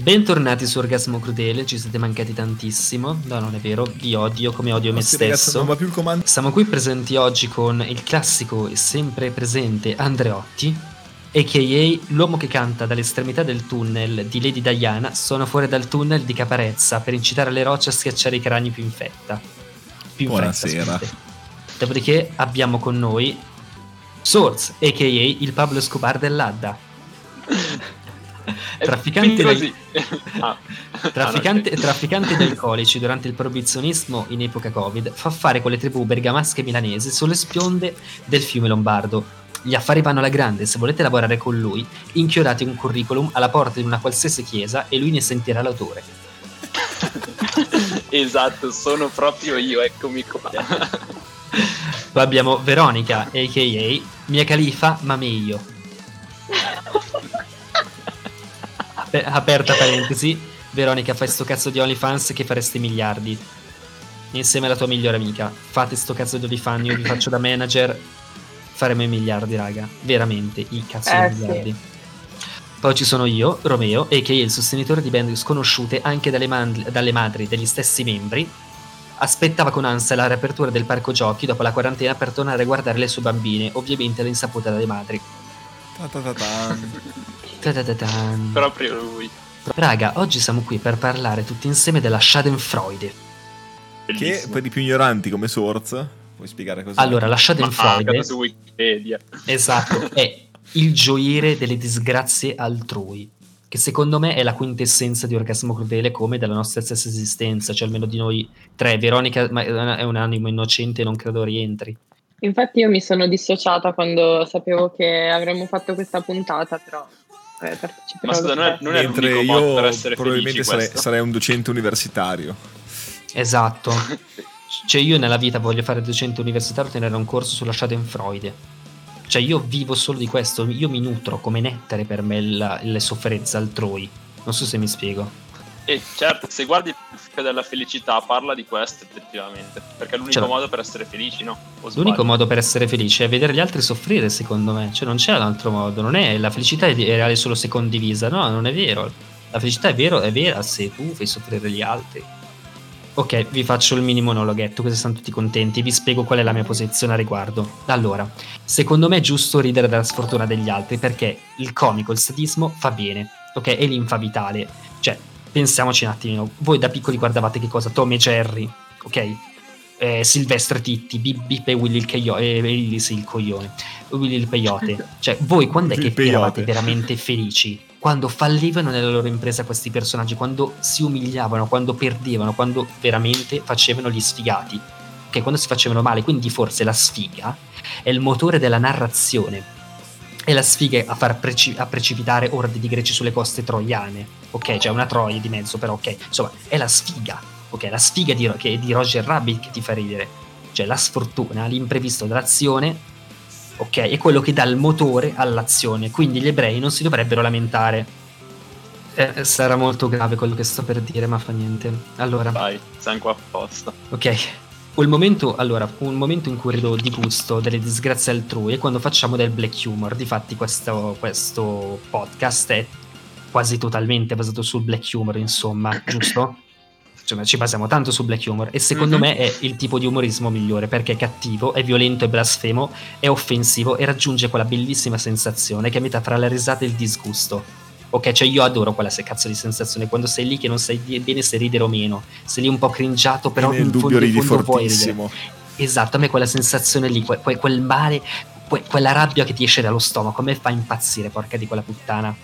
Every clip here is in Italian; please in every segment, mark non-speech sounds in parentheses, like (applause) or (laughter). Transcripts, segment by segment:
Bentornati su Orgasmo Crudele, ci siete mancati tantissimo. No, non è vero, vi odio come odio me Sì, ragazzi, stesso. non va più il comando. Siamo qui presenti oggi con il classico e sempre presente Andreotti, a.k.a. l'uomo che canta dall'estremità del tunnel di Lady Diana, sono fuori dal tunnel di Caparezza per incitare le rocce a schiacciare i crani più in fetta. Più in Buonasera. fretta, scusate. Dopodiché abbiamo con noi Source, a.k.a. il Pablo Escobar dell'Adda. (laughs) Eh, Trafficante fin così. (laughs) del- Ah. Trafficante, Ah, no, ok. trafficante di alcolici durante il proibizionismo in epoca Covid fa affare con le tribù bergamasche e milanesi sulle spionde del fiume Lombardo. Gli affari vanno alla grande, se volete lavorare con lui, inchiodate un curriculum alla porta di una qualsiasi chiesa e lui ne sentirà l'autore. (laughs) esatto, sono proprio io, eccomi qua. Poi abbiamo Veronica, a.k.a. Mia Califa, ma meglio. Ape- aperta parentesi, Veronica fai sto cazzo di OnlyFans che faresti miliardi. Insieme alla tua migliore amica. Fate sto cazzo di OnlyFans, io vi faccio da manager. Faremo i miliardi, raga. Veramente, i cazzo Eh, di sì. miliardi. Poi ci sono io, Romeo, a.k.a. il sostenitore di band sconosciute anche dalle, man- dalle madri degli stessi membri. Aspettava con ansia la riapertura del parco giochi dopo la quarantena per tornare a guardare le sue bambine, ovviamente all'insaputa delle madri. Ta ta ta tan. Ta-ta-ta-tan. proprio lui. Raga, oggi siamo qui per parlare tutti insieme della Schadenfreude. che Bellissimo. per i più ignoranti come Source, puoi spiegare cos'è? Allora, la Ma pagato Schadenfreude, su Wikipedia. esatto, è il gioire delle disgrazie altrui, che secondo me è la quintessenza di orgasmo crudele come della nostra stessa esistenza, cioè almeno di noi tre. Veronica ma- è un animo innocente, non credo rientri. Infatti io mi sono dissociata quando sapevo che avremmo fatto questa puntata, però eh, parteciperò Ma scusa, lo non è, stesso. non è Mentre l'unico modo io per essere probabilmente felici sarei, questo. sarei un docente universitario. Esatto. Cioè io nella vita voglio fare docente universitario, tenere un corso sulla Schadenfreude. Cioè io vivo solo di questo, io mi nutro come nettare per me la- le sofferenze altrui. Non so se mi spiego. E certo, se guardi il film della felicità parla di questo effettivamente, perché è l'unico Certo. modo per essere felici, no? O sbaglio? L'unico modo per essere felice è vedere gli altri soffrire, secondo me. Cioè non c'è un altro modo, non è la felicità è è reale solo se condivisa, no, non è vero. La felicità è vero, è vera se tu fai soffrire gli altri. Ok, vi faccio il mini monologhetto, così stanno tutti contenti, vi spiego qual è la mia posizione a riguardo. Allora, secondo me è giusto ridere della sfortuna degli altri perché il comico, il sadismo fa bene, ok? È l'infa vitale. Cioè, pensiamoci un attimino, voi da piccoli guardavate che cosa? Tom e Jerry, ok? Eh, Silvestre Titti, Bip Bip e Willy il, Caio- eh, Willy, sì, il coglione, Willy il peyote. Cioè, voi quando è Il che peyote. eravate veramente felici? Quando fallivano nella loro impresa questi personaggi, quando si umiliavano, quando perdevano, quando veramente facevano gli sfigati, ok? Quando si facevano male, quindi forse la sfiga è il motore della narrazione. È la sfiga a far preci- a precipitare orde di greci sulle coste troiane. Ok, c'è una Troia di mezzo, però ok. Insomma, è la sfiga. Ok, la sfiga di, Ro- che- di Roger Rabbit che ti fa ridere. Cioè la sfortuna, l'imprevisto dell'azione. Ok, è quello che dà il motore all'azione. Quindi gli ebrei non si dovrebbero lamentare. Eh, sarà molto grave quello che sto per dire, ma fa niente. Allora. Vai, siamo qua apposta. Ok. Un momento, allora, un momento in cui rido di gusto delle disgrazie altrui è quando facciamo del black humor. Difatti, questo, questo podcast è quasi totalmente basato sul black humor, insomma, giusto? Cioè, ci basiamo tanto sul black humor e secondo Mhm. me è il tipo di umorismo migliore perché è cattivo, è violento, è blasfemo, è offensivo e raggiunge quella bellissima sensazione che è a metà fra la risata e il disgusto. Ok, cioè io adoro quella se- cazzo di sensazione quando sei lì che non sai di- bene se ridere o meno, sei lì un po' cringiato, però nel in fondo, dubbio in ridi fondo vuoi ridere. fortissimo. Esatto, a me quella sensazione lì, que- que- quel male, que- quella rabbia che ti esce dallo stomaco, a me fa impazzire, porca di quella puttana.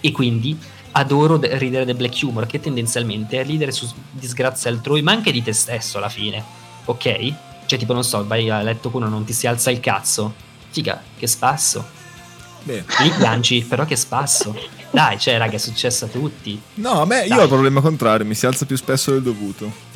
E quindi adoro de- ridere del black humor, che tendenzialmente è ridere su s- disgrazie altrui, ma anche di te stesso alla fine, ok? Cioè tipo, non so, vai a letto con uno, non ti si alza il cazzo. Figa, che spasso. Bene. Lì piangi, però che spasso. Dai, cioè, raga, è successo a tutti. No, a me io Dai. ho il problema contrario, mi si alza più spesso del dovuto.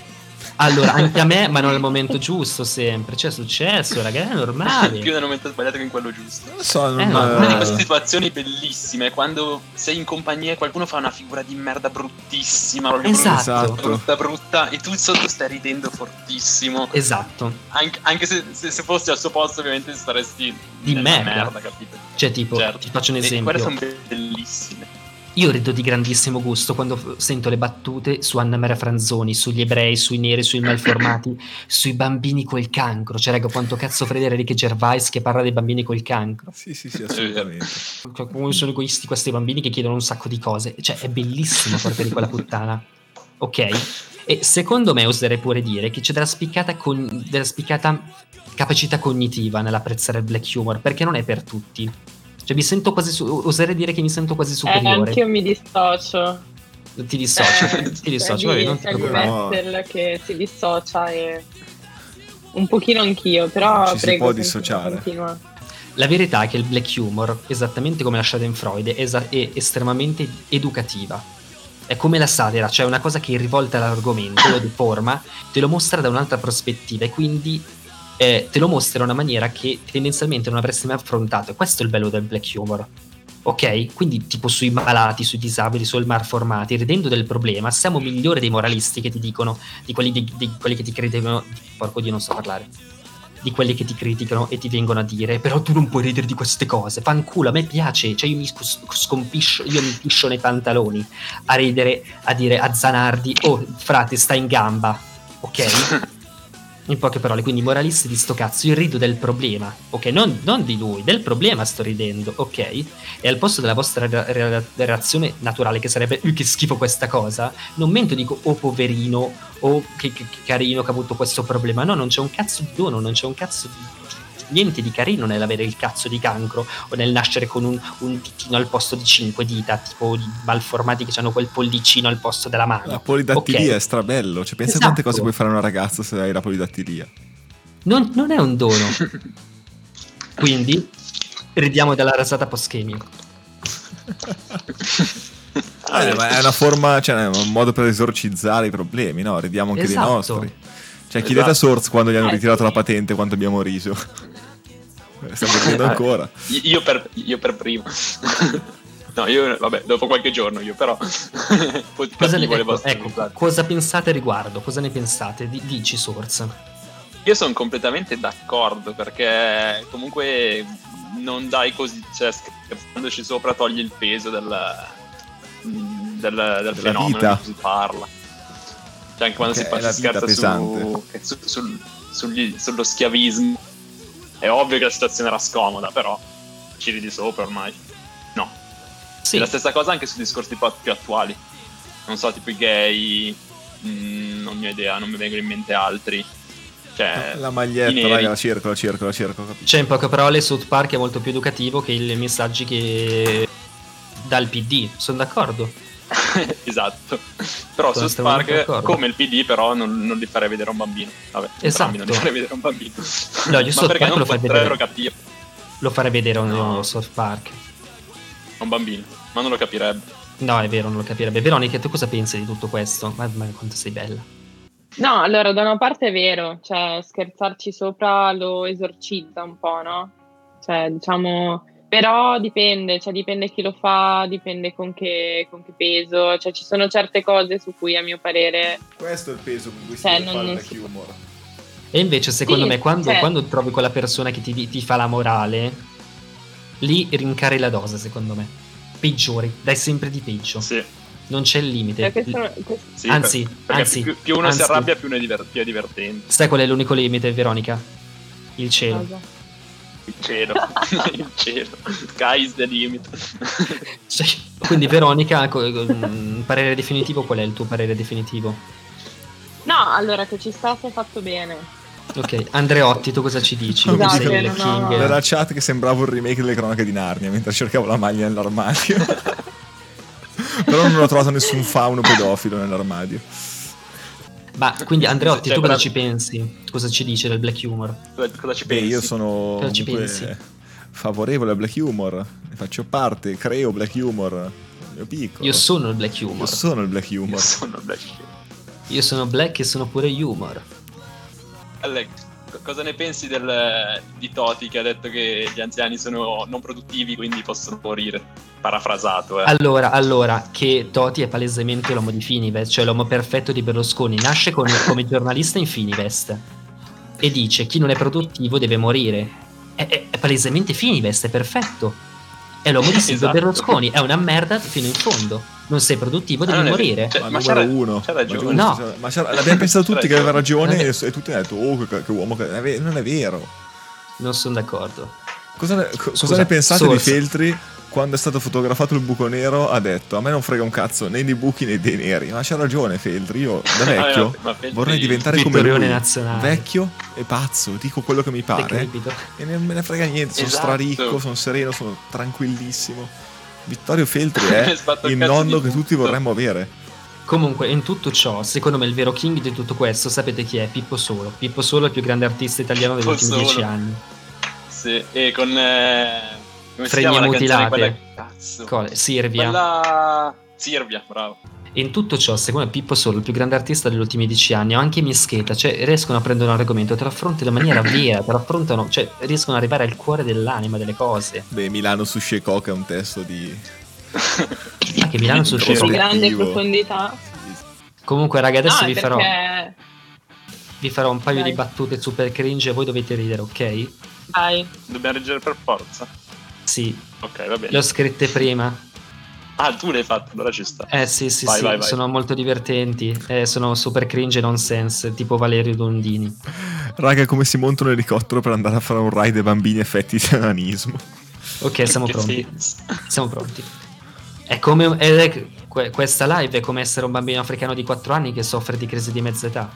Allora, anche a me, ma non al momento giusto sempre. Cioè, è successo, raga, è normale. (laughs) Più nel momento sbagliato che in quello giusto. Non lo so, non, Eh, Ma no, una di eh. queste situazioni bellissime è quando sei in compagnia e qualcuno fa una figura di merda bruttissima, proprio brutta, Esatto. Esatto. brutta, brutta, e tu sotto stai ridendo fortissimo. Esatto. Anche, anche se, se, se fossi al suo posto, ovviamente saresti Di nella merda. capito? Cioè, tipo, Certo. ti faccio un E esempio. quelle sono bellissime. Io rido di grandissimo gusto quando f- sento le battute su Anna Maria Franzoni, sugli ebrei, sui neri, sui (laughs) malformati, sui bambini col cancro. Cioè, raga, quanto cazzo fredere Ricky Gervais che parla dei bambini col cancro. Sì, sì, sì, assolutamente. Cioè, come sono egoisti questi bambini che chiedono un sacco di cose. Cioè, è bellissimo porca di quella puttana. Ok? E secondo me oserei pure dire che c'è della spiccata, con- della spiccata capacità cognitiva nell'apprezzare il black humor, perché non è per tutti. Cioè, mi sento quasi su- oserei dire che mi sento quasi Eh, superiore. anche io mi dissocio. ti dissocio, (laughs) Eh, ti dissocio, vabbè, Di, non ti c'è di preoccupare. No. Wetzel che si dissocia e... Un pochino anch'io, però Ci si prego, può continua, dissociare. continua. La verità è che il black humor, esattamente come la Schadenfreude, è, esa- è estremamente educativa. È come la satira, cioè una cosa che rivolta all'argomento, lo deforma, te lo mostra da un'altra prospettiva e quindi eh, te lo mostra in una maniera che tendenzialmente non avresti mai affrontato. E questo è il bello del black humor. Ok? Quindi tipo sui malati, sui disabili, sui malformati, ridendo del problema, siamo migliori dei moralisti che ti dicono, di quelli, di- di quelli che ti credevano, porco Dio non so parlare, di quelli che ti criticano e ti vengono a dire però tu non puoi ridere di queste cose, fanculo, a me piace, cioè io mi scus- scompiscio, io mi piscio nei pantaloni a ridere, a dire a Zanardi, oh frate sta in gamba, ok? In poche parole, quindi moralisti di sto cazzo, io rido del problema, ok? Non, non di lui, del problema sto ridendo, ok? E al posto della vostra re- re- reazione naturale, che sarebbe "Uh, che schifo questa cosa, non mento e dico oh poverino, oh che, che- che carino che ha avuto questo problema. No, non c'è un cazzo di dono, non c'è un cazzo di. Niente di carino nell'avere il cazzo di cancro o nel nascere con un, un ditino al posto di cinque dita, tipo i malformati che hanno quel pollicino al posto della mano. La polidattilia Ok. è strabello. Cioè, pensa a Esatto. quante cose puoi fare a una ragazza se hai la polidattilia. Non, non è un dono. Quindi ridiamo della rasata post-schemio. Ah, Eh, ma è una forma, cioè, è un modo per esorcizzare i problemi, no? Ridiamo anche Esatto. dei nostri. Cioè, Esatto. chiedete a Source quando gli hanno Eh, ritirato sì. la patente, quanto abbiamo riso. (laughs) Stiamo ridendo Eh. ancora. (laughs) Io per, io per primo. (laughs) No, io, vabbè, dopo qualche giorno io però. (laughs) Pot- Cosa ne, capivo le ecco, vostre ecco, risate. cosa pensate al riguardo? Cosa ne pensate? Di- dici Source. Io sono completamente d'accordo perché comunque non dai così, cioè scherzandoci sopra togli il peso del, del, del fenomeno vita. di cui si parla. Cioè anche quando Perché si, è fa, la si vita scherza su, su- sul- sugli- sullo schiavismo, è ovvio che la situazione era scomoda, però ci ridi sopra ormai. No, Sì, la stessa cosa anche su discorsi po- più attuali. Non so, tipo i gay, mm, non ne ho idea, non mi vengono in mente altri. Cioè, la i maglietta, neri. raga, la circola, la circola, la circola. capito? cioè in poche parole South Park è molto più educativo che i messaggi che dà il PD. Sono d'accordo. (laughs) esatto. Però Sono su estremamente Spark, d'accordo. come il PD, però non, non li farei vedere a un bambino. Vabbè, Esatto. entrambi non li farei vedere a un bambino. No, io Ma South perché Park non lo fai potrebbero vedere. capire Lo farei vedere a un No. a South Park. a un bambino, ma non lo capirebbe. No, è vero, non lo capirebbe. Veronica, tu cosa pensi di tutto questo? Ma, ma quanto sei bella. No, allora da una parte è vero, cioè scherzarci sopra lo esorcizza un po', no? Cioè, diciamo, però dipende, cioè dipende chi lo fa, dipende con che, con che peso, cioè ci sono certe cose su cui a mio parere Questo è il peso con cui si Cioè, deve non- fare il non black si- humor. E invece, secondo Sì, me, quando, cioè- quando trovi quella persona che ti, di- ti fa la morale, lì rincari la dose, secondo me. Peggiori, dai sempre di peggio. Sì, Non c'è il limite. cioè, questo- questo- sì, Anzi, per- perché anzi, più, più uno anzi. si arrabbia, più uno è, diver- più è divertente. Sai qual è l'unico limite, Veronica? Il cielo. cosa. Il cielo, il cielo. Sky is (laughs) the limit. (laughs) Cioè, quindi, Veronica, co- mm, parere definitivo, qual è il tuo parere definitivo? No, allora che ci sta se è fatto bene. Ok, Andreotti, tu cosa ci dici? Tu Esatto, Scusate, eh, sei il no, king. no. Era la chat che sembrava un remake delle cronache di Narnia mentre cercavo la maglia nell'armadio. Però non ho trovato nessun fauno pedofilo nell'armadio. Ma quindi, Andreotti, Cioè, tu cosa guarda- ci pensi? Cosa ci dice del black humor? Cosa cosa ci Beh, pensi? io sono Cosa ci comunque pensi? favorevole al black humor, ne faccio parte, creo black humor. Io piccolo. Io sono il black Io humor. sono il black Io humor. sono Black Sheep. Io sono black e sono pure humor. Alec, co- cosa ne pensi del- di Toti che ha detto che gli anziani sono non produttivi quindi possono morire? Parafrasato, eh. Allora, allora, che Toti è palesemente l'uomo di Finivest, cioè l'uomo perfetto di Berlusconi, nasce con- come giornalista in Finivest e dice chi non è produttivo deve morire. È, è- è palesemente Finivest, è perfetto. È l'uomo di Silvio Esatto. Berlusconi, è una merda fino in fondo. Non sei produttivo, devi Ah, non è vero. morire. Cioè, Ma, ma numero c'era- uno. c'è Ma ragione. giusto, No. Eh. cioè, ma c'era- l'abbiamo pensato tutti C'è che aveva ragione Non è- e, e tutti hanno detto, oh, che, che uomo, che non è, non è vero. Non sono d'accordo. Cosa ne, co- cosa Scusa, ne pensate di source. Feltri quando è stato fotografato il buco nero? Ha detto, a me non frega un cazzo né di buchi né dei neri. Ma c'ha ragione Feltri, io (laughs) da vecchio Eh, Ma Feltri- vorrei diventare come Vittorione lui. nazionale. Vecchio e pazzo, dico quello che mi pare. Decrepito. E non me ne frega niente, sono Esatto. straricco, sono sereno, sono tranquillissimo. Vittorio (laughs) Feltri è È stato il il cazzo nonno di che tutti tutto. vorremmo avere. Comunque, in tutto ciò, secondo me il vero king di tutto questo, sapete chi è? Pippo Solo. Pippo Solo è il più grande artista italiano degli Pippo ultimi Solo. dieci anni. Sì, e con... eh, come si Fregne chiama la canzone? mutilate. Quella... Cazzo. Co- Sirvia. Quella... Sirvia, bravo. In tutto ciò, secondo me Pippo Solo, il più grande artista degli ultimi dieci anni, o anche Mischeta, cioè riescono a prendere un argomento, te lo affrontano in maniera vera, te lo affrontano, cioè riescono ad arrivare al cuore dell'anima delle cose. Beh, Milano su Shekok è un testo di... Ma Ah, che Milano sul Sì, Di Cesare. sì. grande Obiettivo. profondità. Comunque, raga, adesso no, vi, è farò, perché... vi farò un paio Vai. di battute super cringe e voi dovete ridere, ok? Dai. (laughs) Dobbiamo reggere per forza. Sì, Ok, va bene. le ho scritte prima. Ah, tu l'hai fatto, allora ci sta. Eh sì, sì, Vai, sì, vai, vai. sono molto divertenti. Eh, sono super cringe e nonsense, tipo Valerio Dondini. Raga, come si monta un elicottero per andare a fare un ride ai bambini effetti di nanismo. (laughs) Ok, siamo Che pronti. senso. (laughs) Siamo pronti. È come ed è- que- questa live è come essere un bambino africano di 4 anni che soffre di crisi di mezza età.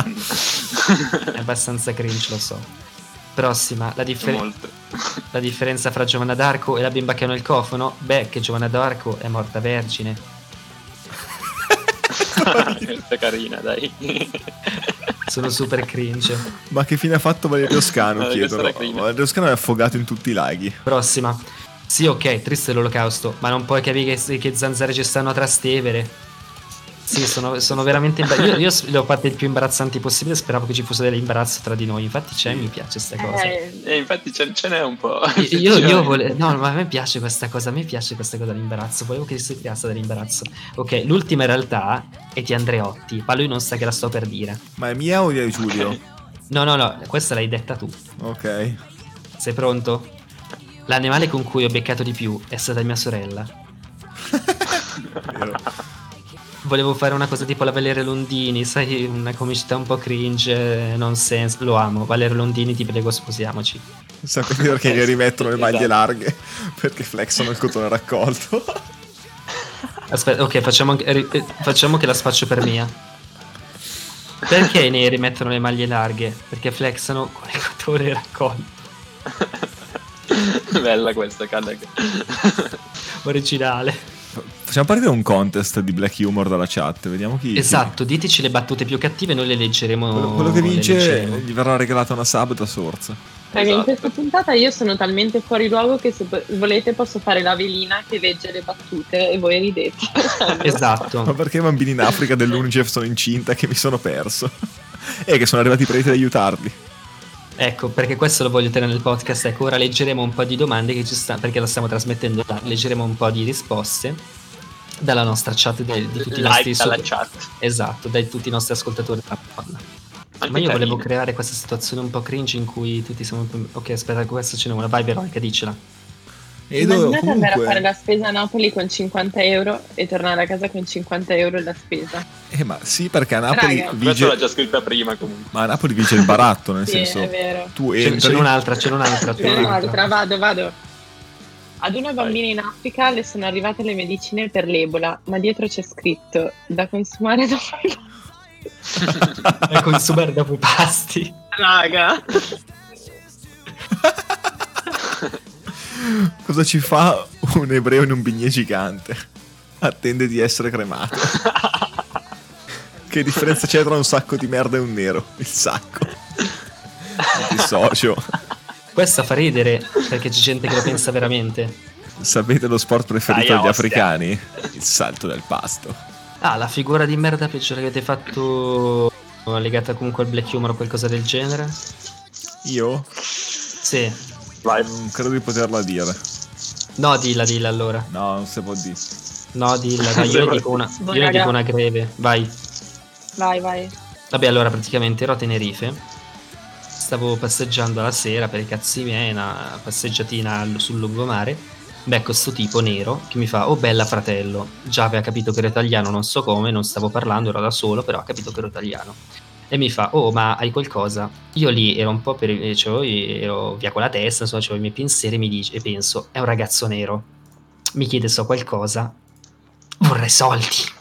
È Madonna. abbastanza cringe, lo so. Prossima, la, differ- Molto. la differenza fra Giovanna d'Arco e la bimba che ha nel cofano? Beh, che Giovanna d'Arco è morta vergine. Questa è carina, (laughs) dai. Sono super cringe. Ma che fine ha fatto Valerio Scano? Eh, questa chiedono. era prima. Valerio Scano è affogato in tutti i laghi. Prossima. Sì, ok, triste l'olocausto, ma non puoi capire che, che zanzare ci stanno a Trastevere. Sì, sono, sono veramente imbar- Io, io s- le ho fatte il più imbarazzanti possibile, speravo che ci fosse dell'imbarazzo tra di noi. Infatti c'è, mi piace questa cosa. Eh, E infatti ce, ce n'è un po'. Cioè, Io- Io, io vole- no, ma a me piace questa cosa, a me piace questa cosa dell'imbarazzo, volevo che si creasse dell'imbarazzo. Ok, l'ultima in realtà è di Andreotti, ma lui non sa che la sto per dire. Ma è mia o di Giulio? (laughs) No, no, no, questa l'hai detta tu. Ok. Sei pronto? L'animale con cui ho beccato di più è stata mia sorella. Vero. Volevo fare una cosa tipo la Valeria Londini, sai, una comicità un po' cringe, eh, nonsense. Lo amo, Valeria Londini, ti prego, sposiamoci. Sapete perché gli rimettono le maglie Esatto. larghe? Perché flexano il cotone raccolto. Aspetta, ok, facciamo, anche- ri- eh, facciamo che la spaccio per mia. Perché i neri mettono le maglie larghe? Perché flexano con il cotone raccolto. (laughs) Bella questa, Kalle. Originale. Facciamo partire un contest di black humor dalla chat, vediamo chi... chi- Esatto, diteci le battute più cattive, noi le leggeremo. Quello, quello che le vince leggeremo. gli verrà regalata una sub da Source. raga, Esatto. In questa puntata io sono talmente fuori luogo che se po- volete posso fare la velina che legge le battute e voi ridete. (laughs) (laughs) Ma Oh. Esatto. perché i bambini in Africa dell'Unicef sono incinta che mi sono perso? (laughs) e che sono arrivati i preti ad aiutarli. Ecco, perché questo lo voglio tenere nel podcast. Ecco, ora leggeremo un po' di domande che ci stanno, perché la stiamo trasmettendo là, leggeremo un po' di risposte dalla nostra chat de- di, tutti i nostri Like dalla sub- chat. Esatto, da tutti i nostri ascoltatori. Anche Ma io volevo carine. creare questa situazione un po' cringe in cui tutti siamo. Ok, aspetta, questa ce n'è una. Vai, Veronica, dicela. E Immaginate andare a fare la spesa a Napoli con 50 euro e tornare a casa con 50 euro la spesa. Eh, ma sì, perché a Napoli Raga. Questa l'ho vige... già scritta prima (laughs) comunque. Ma a Napoli vige il baratto, nel sì, è senso... vero. Tu Ce entri... n'è (laughs) un'altra, c'è un'altra. C'è C'è un'altra, un'altra. vado, vado. Ad una bambina in Africa le sono arrivate le medicine per l'ebola, ma dietro c'è scritto da consumare da Da consumare dopo i pasti. Raga. (laughs) Cosa ci fa un ebreo in un bignè gigante? Attende di essere cremato. che differenza c'è tra un sacco di merda e un nero? Il sacco. Antisocio. Questa fa ridere perché c'è gente che lo pensa veramente. Sapete lo sport preferito Dai, degli ostia. africani? Il salto del pasto. Ah, la figura di merda peggiore che avete fatto. oh, Legata comunque al black humor o qualcosa del genere? Io Sì. Vai. non credo di poterla dire. No, dilla, dilla allora. No, non si può dire. No, dilla, dai, io ne dico una, io ne dico una greve. Vai. Vai, vai. Vabbè, allora praticamente ero a Tenerife. stavo passeggiando la sera per i cazzi miei, una passeggiatina al- sul lungomare. Becco sto tipo nero che mi fa: Oh bella fratello. Già aveva capito che ero italiano, non so come, non stavo parlando, ero da solo, però ha capito che ero italiano. E mi fa: Oh, ma hai qualcosa? Io lì ero un po' per. eh, Cioè, io ero via con la testa, insomma, avevo i miei pensieri mi dice, e penso: È un ragazzo nero. Mi chiede se ho qualcosa. Vorrei soldi.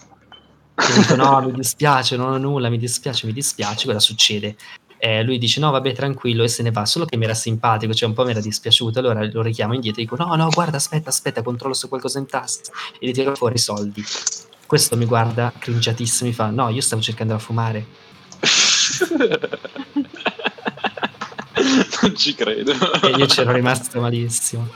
Io dico, no, mi dispiace, non ho nulla, mi dispiace, mi dispiace, cosa succede? Eh, lui dice, no, vabbè, tranquillo, e se ne va, solo che mi era simpatico, cioè un po' mi era dispiaciuto, allora lo richiamo indietro e dico, no, no, guarda, aspetta, aspetta, controllo se ho qualcosa in tasca, e gli tiro fuori i soldi. Questo mi guarda cringiatissimo, mi fa, no, io stavo cercando da fumare. non ci credo. E io c'ero rimasto malissimo.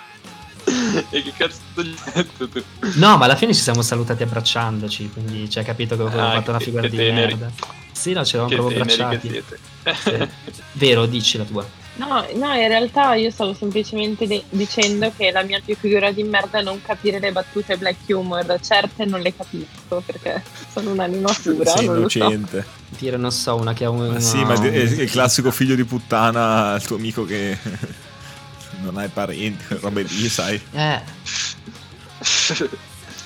E che cazzo gli hai detto tu? No, ma alla fine ci siamo salutati abbracciandoci, quindi ci ha capito che avevo Ah, fatto una che- figura che di teneri. merda. Sì, no, ci eravamo Che proprio teneri abbracciati. che siete. Sì. Vero, dici la tua. No, no, in realtà io stavo semplicemente de- dicendo che la mia più figura di merda è non capire le battute black humor, certe non le capisco perché sono un'anima pura, Sei non lo so. innocente. Dire, non so, una che ha un... Ma sì, ma una- di- è il classico figlio di puttana, il tuo amico che (laughs) non hai parenti, quelle robe lì, sai. Eh, (laughs)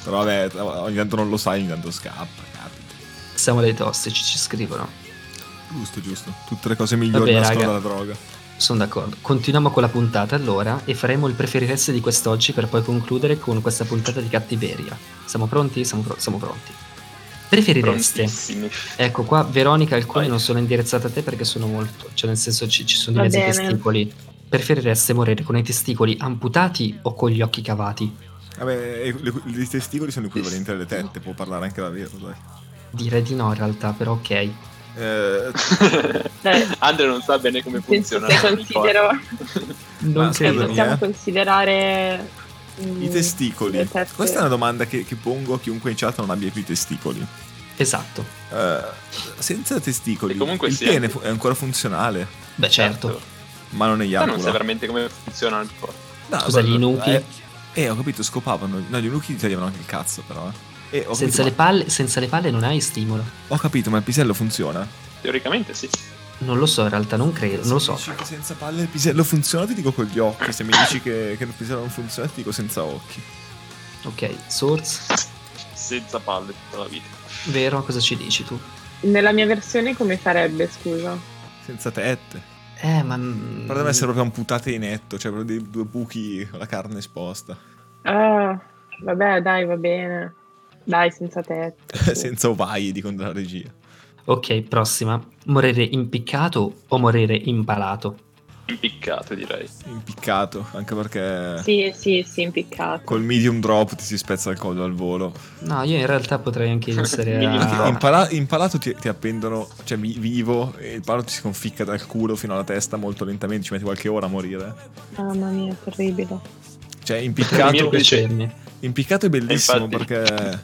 Però vabbè, ogni tanto non lo sai, ogni tanto scappa. capita. siamo dei tossici, ci scrivono. Giusto, giusto. Tutte le cose migliori Vabbè, nascono raga. dalla droga. Sono d'accordo. Continuiamo con la puntata allora e faremo il preferireste di quest'oggi per poi concludere con questa puntata di cattiveria. Siamo pronti? Siamo, pro- siamo pronti. Preferireste. Prontissimi. Ecco qua, Veronica, alcune Vai. non sono indirizzate a te perché sono molto, cioè nel senso ci, ci sono Va diversi bene. testicoli. Preferireste morire con i testicoli amputati o con gli occhi cavati? Vabbè, e le- i testicoli sono equivalenti alle tette, può parlare anche la vera, dai. Direi di no in realtà, però ok. Eh, Dai, Andre non sa bene come penso funziona. che considero, Non Ma che scusami, credo. eh. Ecco, possiamo considerare mm, (laughs) I testicoli. le tette. Questa è una domanda che, che pongo a chiunque in chat non abbia più i testicoli. Esatto. Eh, senza testicoli, E comunque il sì, pene eh. fu- è ancora funzionale, Beh certo. ma non è Ma non sai iacula. veramente come funziona il corpo. No, Scusa, guarda, gli inuki? Eh, eh, ho capito, scopavano. No, gli inuki ti tagliavano anche il cazzo, però. eh. Eh, ho, Senza le, capito, palle, senza le palle non hai stimolo. ma, ho capito, ma il pisello funziona. Teoricamente sì. Non lo so in realtà, non credo, non lo so. Se mi dici che senza palle il pisello funziona, ti dico con gli (coughs) occhi. Se mi dici che, che il pisello non funziona, ti dico senza occhi. Ok, Source, Senza palle tutta la vita. vero? Cosa ci dici tu? Nella mia versione come sarebbe, scusa? Senza tette. Eh, ma... Però deve essere proprio amputate in netto, cioè proprio dei due buchi con la carne esposta. (laughs) Ah, vabbè, dai, va bene. Dai, senza (laughs) tette. senza ovaie, dicono dalla regia. Ok, prossima. Morire impiccato o morire impalato? Impiccato direi. Impiccato, anche perché Sì, sì, sì, impiccato. col medium drop ti si spezza il collo al volo. No, io in realtà potrei (laughs) anche essere... Minimo a- Perché impala- impalato ti, ti appendono, cioè vi- vivo, e il palo ti si conficca dal culo fino alla testa molto lentamente, ci metti qualche ora a morire. Mamma mia, terribile. Cioè Mio impiccato, Dormire- piacerne. impiccato è bellissimo Infatti. perché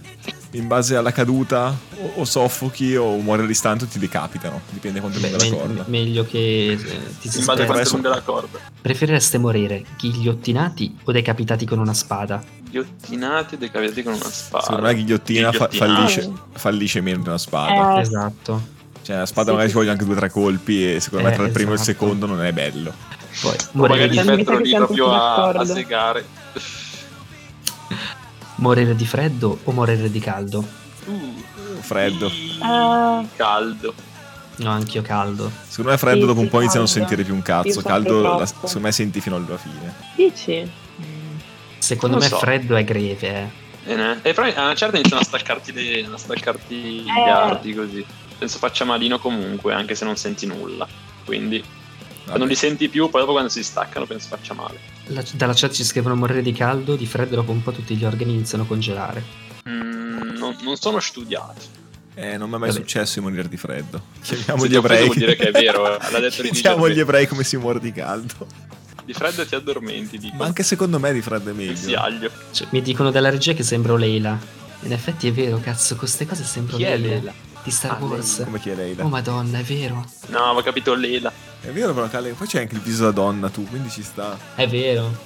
in base alla caduta o, o soffochi o muori all'istante o ti decapitano, dipende quanto Beh, lunga la me- corda. me- meglio che eh, ti si In base spezza. a quanto adesso- lunga la corda. Preferireste morire ghigliottinati o decapitati con una spada? Ghiottinati e decapitati con una spada. Secondo me la ghigliottina fa- fallisce, Ah. fallisce meno di una spada. Eh, Esatto. Cioè la spada sì, magari sì. ci vogliono anche due o tre colpi e secondo me Eh, tra il primo e il esatto. secondo non è bello. Poi O morire, magari di, Cioè, mi sa Petro che lì siamo proprio tutti a, a d'accordo. segare. morire di freddo o morire di caldo? Uh, Oh, Freddo. ii, Ah. Caldo. No, anch'io caldo. Secondo me freddo Sì, dopo un sì, po' inizia a non caldo. sentire più un Io cazzo. soffro Caldo la- troppo. secondo me senti fino alla fine. Dici? Secondo Non me so. freddo è greve, eh. E ne- e però a una certa iniziano a staccarti, le, a staccarti gli Eh. arti così. Penso faccia malino comunque, anche se non senti nulla. Quindi Ah. Vabbè. non li senti più, poi dopo quando si staccano penso faccia male. La- dalla chat ci scrivono morire di caldo, di freddo dopo un po' tutti gli organi iniziano a congelare. Mm, non, non sono studiato. Eh, non mi è mai Vabbè. successo di morire di freddo. Chiamiamo Se gli ti ho preso ebrei. vuol dire che è vero, eh. L'ha detto (laughs) di Chiamiamo Giuseppe. gli ebrei come si muore di caldo. Di freddo ti addormenti, dico. Ma anche secondo me di freddo è Pensi meglio. aglio. Cioè, mi dicono dalla regia che sembro Leila. In effetti è vero, cazzo, queste cose sembro Chi è Leila. Leila? Di Star Ah, Wars. Come chi è lei? Oh madonna, è vero. No, avevo capito Lela. (laughs) È vero però Cale, poi c'è anche il viso da donna tu, quindi ci sta. È vero.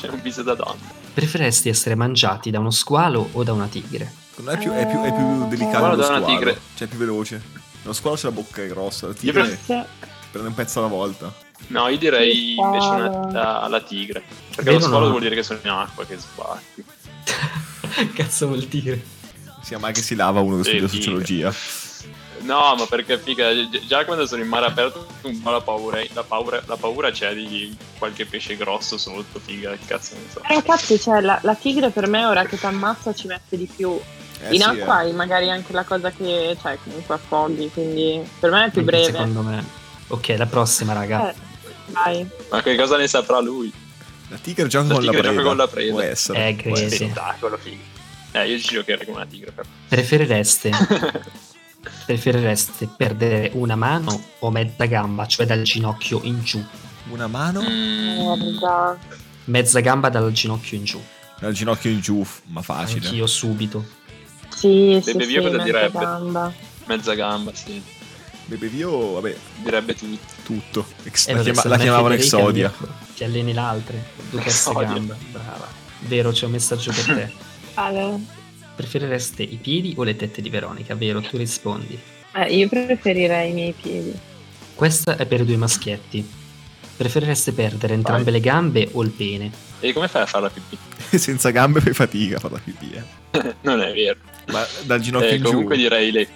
C'è un viso da donna. Preferesti essere mangiati da uno squalo o da una tigre? (laughs) Secondo me è più, è più, Eh, è più delicato Guarda, lo donna squalo. tigre. Cioè è più veloce. Lo squalo c'è la bocca grossa, la Io tigre pre- Cioè, Prende un pezzo alla volta. No, io direi Il invece squalo. una- la, la tigre. Perché Vero lo squalo no? vuol dire che sono in acqua, che sbatti. Cazzo vuol dire? Sia mai che si lava uno che Sì, studia sì. sociologia. No, ma perché figa, gi- già quando sono in mare aperto un po' la paura, la paura, la paura c'è di qualche pesce grosso sotto, figa, che cazzo ne so. Però cazzo, cioè, la, la tigre per me ora che ti ammazza ci mette di più. Eh, in sì, acqua eh. hai magari anche la cosa che, cioè, comunque affoghi, quindi per me è più Anche breve. Secondo me. Ok, la prossima, raga. Eh, vai. Ma che cosa ne saprà lui? La tigre gioca La con tigre la gioca preda. con la preda. Può essere. Eh, Poi Grese. spettacolo, figa. Eh, io ci giocherei come una tigre, però. Preferireste, Ah, preferireste perdere una mano o mezza gamba, cioè dal ginocchio in giù? Una mano Mm. Guarda. Mezza gamba dal ginocchio in giù. dal ginocchio in giù, f- ma facile. Anch'io subito. Sì, sì, Bebe sì, via cosa mezza direbbe? gamba. Mezza gamba, sì. Bebevio, vabbè, Direbbe tutto. tutto. Ex- Eh, la vabbè, chiama- se la non è chiamavano Federica, Exodia. non dico, Ti alleni l'altre. Due pezze Exodia. gamba. Brava. Vero, c'è un messaggio per te. (coughs) Ale. Preferireste i piedi o le tette di Veronica? Vero, tu rispondi. Eh, io preferirei i miei piedi. Questa è per i due maschietti. Preferireste perdere entrambe le gambe o il pene? E come fai a fare la pipì? (laughs) Senza gambe fai fatica a fare la pipì. eh. non è vero. Ma dal ginocchio Eh, in comunque giù. direi le,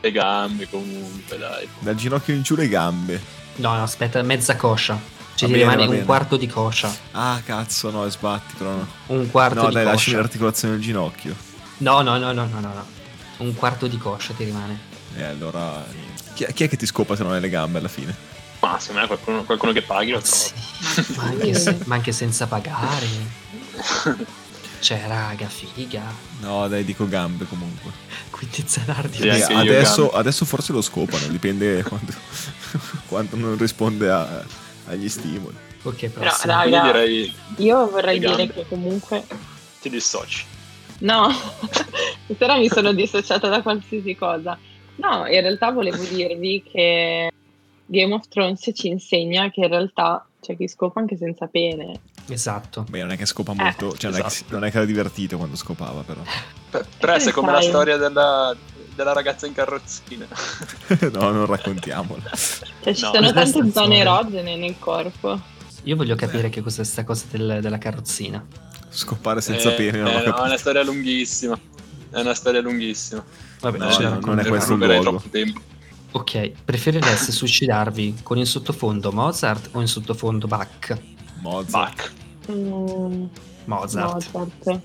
le gambe, comunque, dai. Dal ginocchio in giù le gambe. No, no, aspetta, mezza coscia. Ci Va bene, rimane va un bene. quarto di coscia. Ah, cazzo, no, sbatti, però no. Un quarto No, di dai, lasciami coscia. l'articolazione del ginocchio. No, no, no, no, no, no, no. Un quarto di coscia ti rimane. E Eh, allora. niente. Chi, chi è che ti scopa se non hai le gambe alla fine? Ma secondo me qualcuno, qualcuno che paghi lo Sì, trova. (laughs) ma, anche se- ma anche senza pagare. Cioè, raga, figa. No, dai, dico gambe comunque. Quindi Zanardi Sì, anche io adesso, gambe. adesso forse lo scopano, dipende (laughs) quanto, quanto non risponde a- agli stimoli. Ok, Però, prossimo. raga, Quindi direi Io vorrei Le dire gambe. che comunque ti dissoci. No, (laughs) stasera mi sono dissociata da qualsiasi cosa. No, in realtà volevo dirvi che Game of Thrones ci insegna che in realtà c'è chi scopa anche senza pene. Esatto. Beh, non è che scopa molto, cioè non, è che, si- esatto. non è che era divertito quando scopava, però. Per- Però è come la Dai. storia della, della ragazza in carrozzina. (laughs) no, non raccontiamola. Cioè, ci No, sono questa è (laughs) tante zone sensuale. erogene nel corpo. Io voglio capire che cos'è sta cosa del- della carrozzina. Scopare senza Eh, pene, non eh, ho no, capito. è una storia lunghissima. È una storia lunghissima. Vabbè, No, ce la no, non raccontiamo. è questo il ruberei luogo. troppo tempo. Ok, preferireste suicidarvi con in sottofondo Mozart o in sottofondo Bach? Mozart. Bac. Mm, Mozart. Mozart.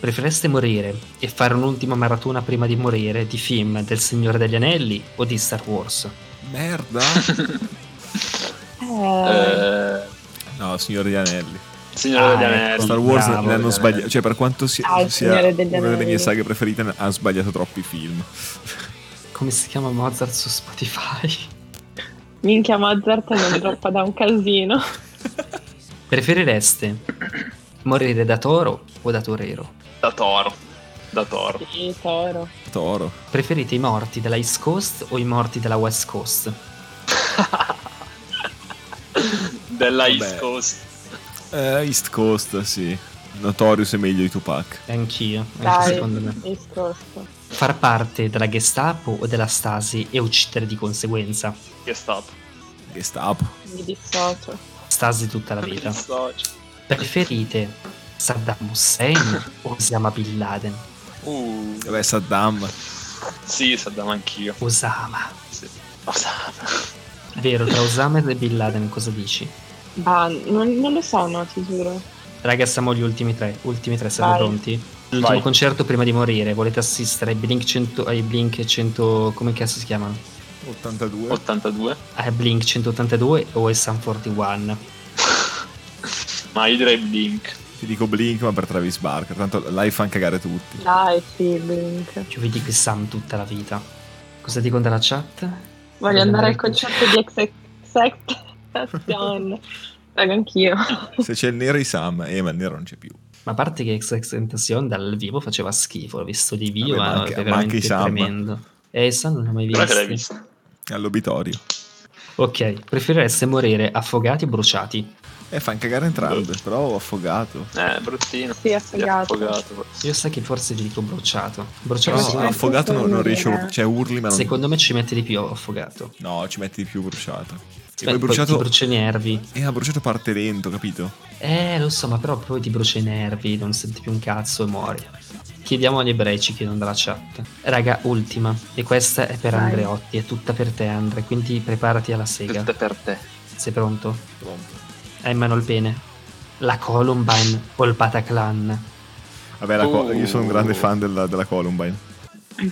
Preferireste morire e fare un'ultima maratona prima di morire di film del Signore degli Anelli o di Star Wars? (laughs) Merda. Eh, Eh, No, Signore degli Anelli. Signore Ah, degli ecco. Anelli. Star Wars Bravo, ne hanno degli sbagliato, Anelli. cioè per quanto sia, Ah, il sia una Signore degli delle mie Anelli. saghe preferite, ne- hanno sbagliato troppi film. (laughs) Come si chiama Mozart su Spotify? (laughs) minchia Mozart non troppa da (laughs) un casino. Preferireste morire da toro o da torero? Da toro. Da (laughs) toro. Sì, toro. Toro. Preferite i morti della East Coast o i morti della West Coast? Della East Vabbè. Coast. Eh, East Coast, sì. Notorious è meglio di Tupac. Anch'io, anche Dai, secondo me. discorso. Far parte della Gestapo o della Stasi e uccidere di conseguenza. Che stop. Gestapo. Mi dissocio. Stasi tutta la vita. Preferite Saddam Hussein o Osama Bin Laden? Uh. Vabbè, Saddam. Sì, Saddam anch'io. Osama. Sì. Osama. Vero, tra Osama e Bin Laden cosa dici? Ah, non, non lo so, no, ti giuro. Raga, siamo gli ultimi tre. Ultimi tre, siamo Vai. pronti? L'ultimo Vai. concerto prima di morire. Volete assistere ai Blink 100... Ai Blink 100... Come cazzo si chiamano? 82. 82. Ai Blink 182 o ai Sun 41? Ma io direi Blink. Ti dico Blink, ma per Travis Barker. Tanto live fa cagare tutti. (laughs) Dai, sì, Blink. Io vi dico i Sun tutta la vita. Cosa dicono dalla chat? Voglio andare al concerto di XXXTentacion. Raga, anch'io. Se c'è il nero, i Sam. Eh, ma il nero non c'è più. Ma a parte che XXXTentacion dal vivo faceva schifo, l'ho visto di vivo, Vabbè, ma ma è anche- ma anche veramente i Sam. tremendo. E i Sun non l'ho mai Però che l'hai visto. visto? All'obitorio. Ok, preferireste morire affogati o bruciati? Eh, fan cagare entrambe. Però ho affogato. Eh, bruttino. Sì, affogato. affogato. Io sai che forse vi dico bruciato. Bruciato Però secondo no, me- affogato Eh, non, non riesce. Cioè, urli, ma non. Secondo me ci mette di più affogato. No, ci metti di più bruciato. Sì, Beh, poi poi bruciato- ti brucia i nervi. E ha bruciato parte dentro, capito? Eh, lo so, ma però poi ti brucia i nervi, non senti più un cazzo e muori. Chiediamo agli ebrei, ci chiedono dalla chat. Raga, ultima. E questa è per Vai. Andreotti, è tutta per te, Andre. Quindi preparati alla sega. Tutta per te. Sei pronto? Hai in mano il pene. La Columbine col Pataclan. Vabbè, la co- Oh. io sono un grande fan della, della Columbine.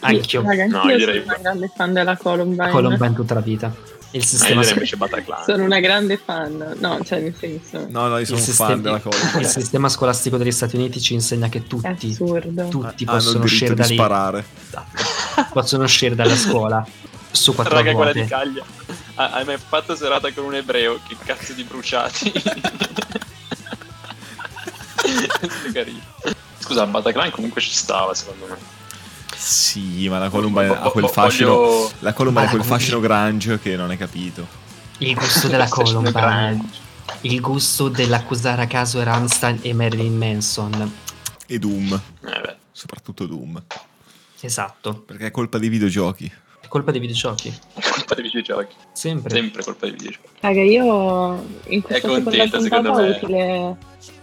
Anch'io. Raga, No, anch'io io direi- sono una grande fan della Columbine. Columbine tutta la vita. Il Ah, io sistema, direi invece Bataclan. Sono una grande fan. No, cioè nel senso... No, no, io sono il un sistema- fan della Columbine. il sistema scolastico degli Stati Uniti ci insegna che È tutti, assurdo. tutti Ah, Hanno il possono diritto uscire di da lì. sparare. Possono uscire dalla scuola su quattro Raga, quella di ruote. Caglia. Ah, hai mai fatto serata con un ebreo? Che cazzo di bruciati. Sto carino. Scusa, Bataclan comunque ci stava, secondo me. Sì, ma la Columbine ha Vo- quel vo- fascino. voglio- La Columbine ha Ma la quel fascino grunge che non hai capito. Il gusto della Columbine. Grande. Il gusto dell'accusare a caso Ramstein e Marilyn Manson. E Doom, Eh, beh. (laughs) soprattutto Doom. Esatto. Perché è colpa dei videogiochi. È colpa dei videogiochi. È colpa dei videogiochi. Sempre. Sempre colpa dei videogiochi. Raga, io in questa contenta, seconda secondo puntata me. utile,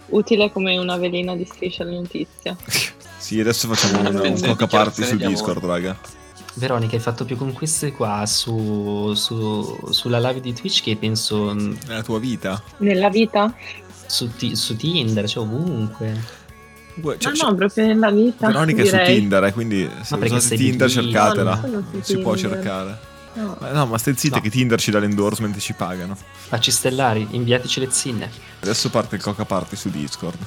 utile come una velina di striscia alla notizia. Sì, adesso facciamo una, un Sì, poca parte su dichiarazione di amore. Discord, raga. Veronica, hai fatto più conquiste qua su, su- sulla live di Twitch che penso mh, Nella tua vita. Nella vita? su, Ti- su Tinder, cioè ovunque. Gue- Ma cioè, cioè, no, proprio nella vita. Veronica è su direi. Tinder, eh, quindi se perché usate sei di Tinder Tinder. cercatela. No, non sono su si può Tinder. cercare. No. Ma no, ma stai zitta No. che Tinder ci dà l'endorsement e ci pagano. Facci stellari, inviateci le zinne. Adesso parte il coca party su Discord.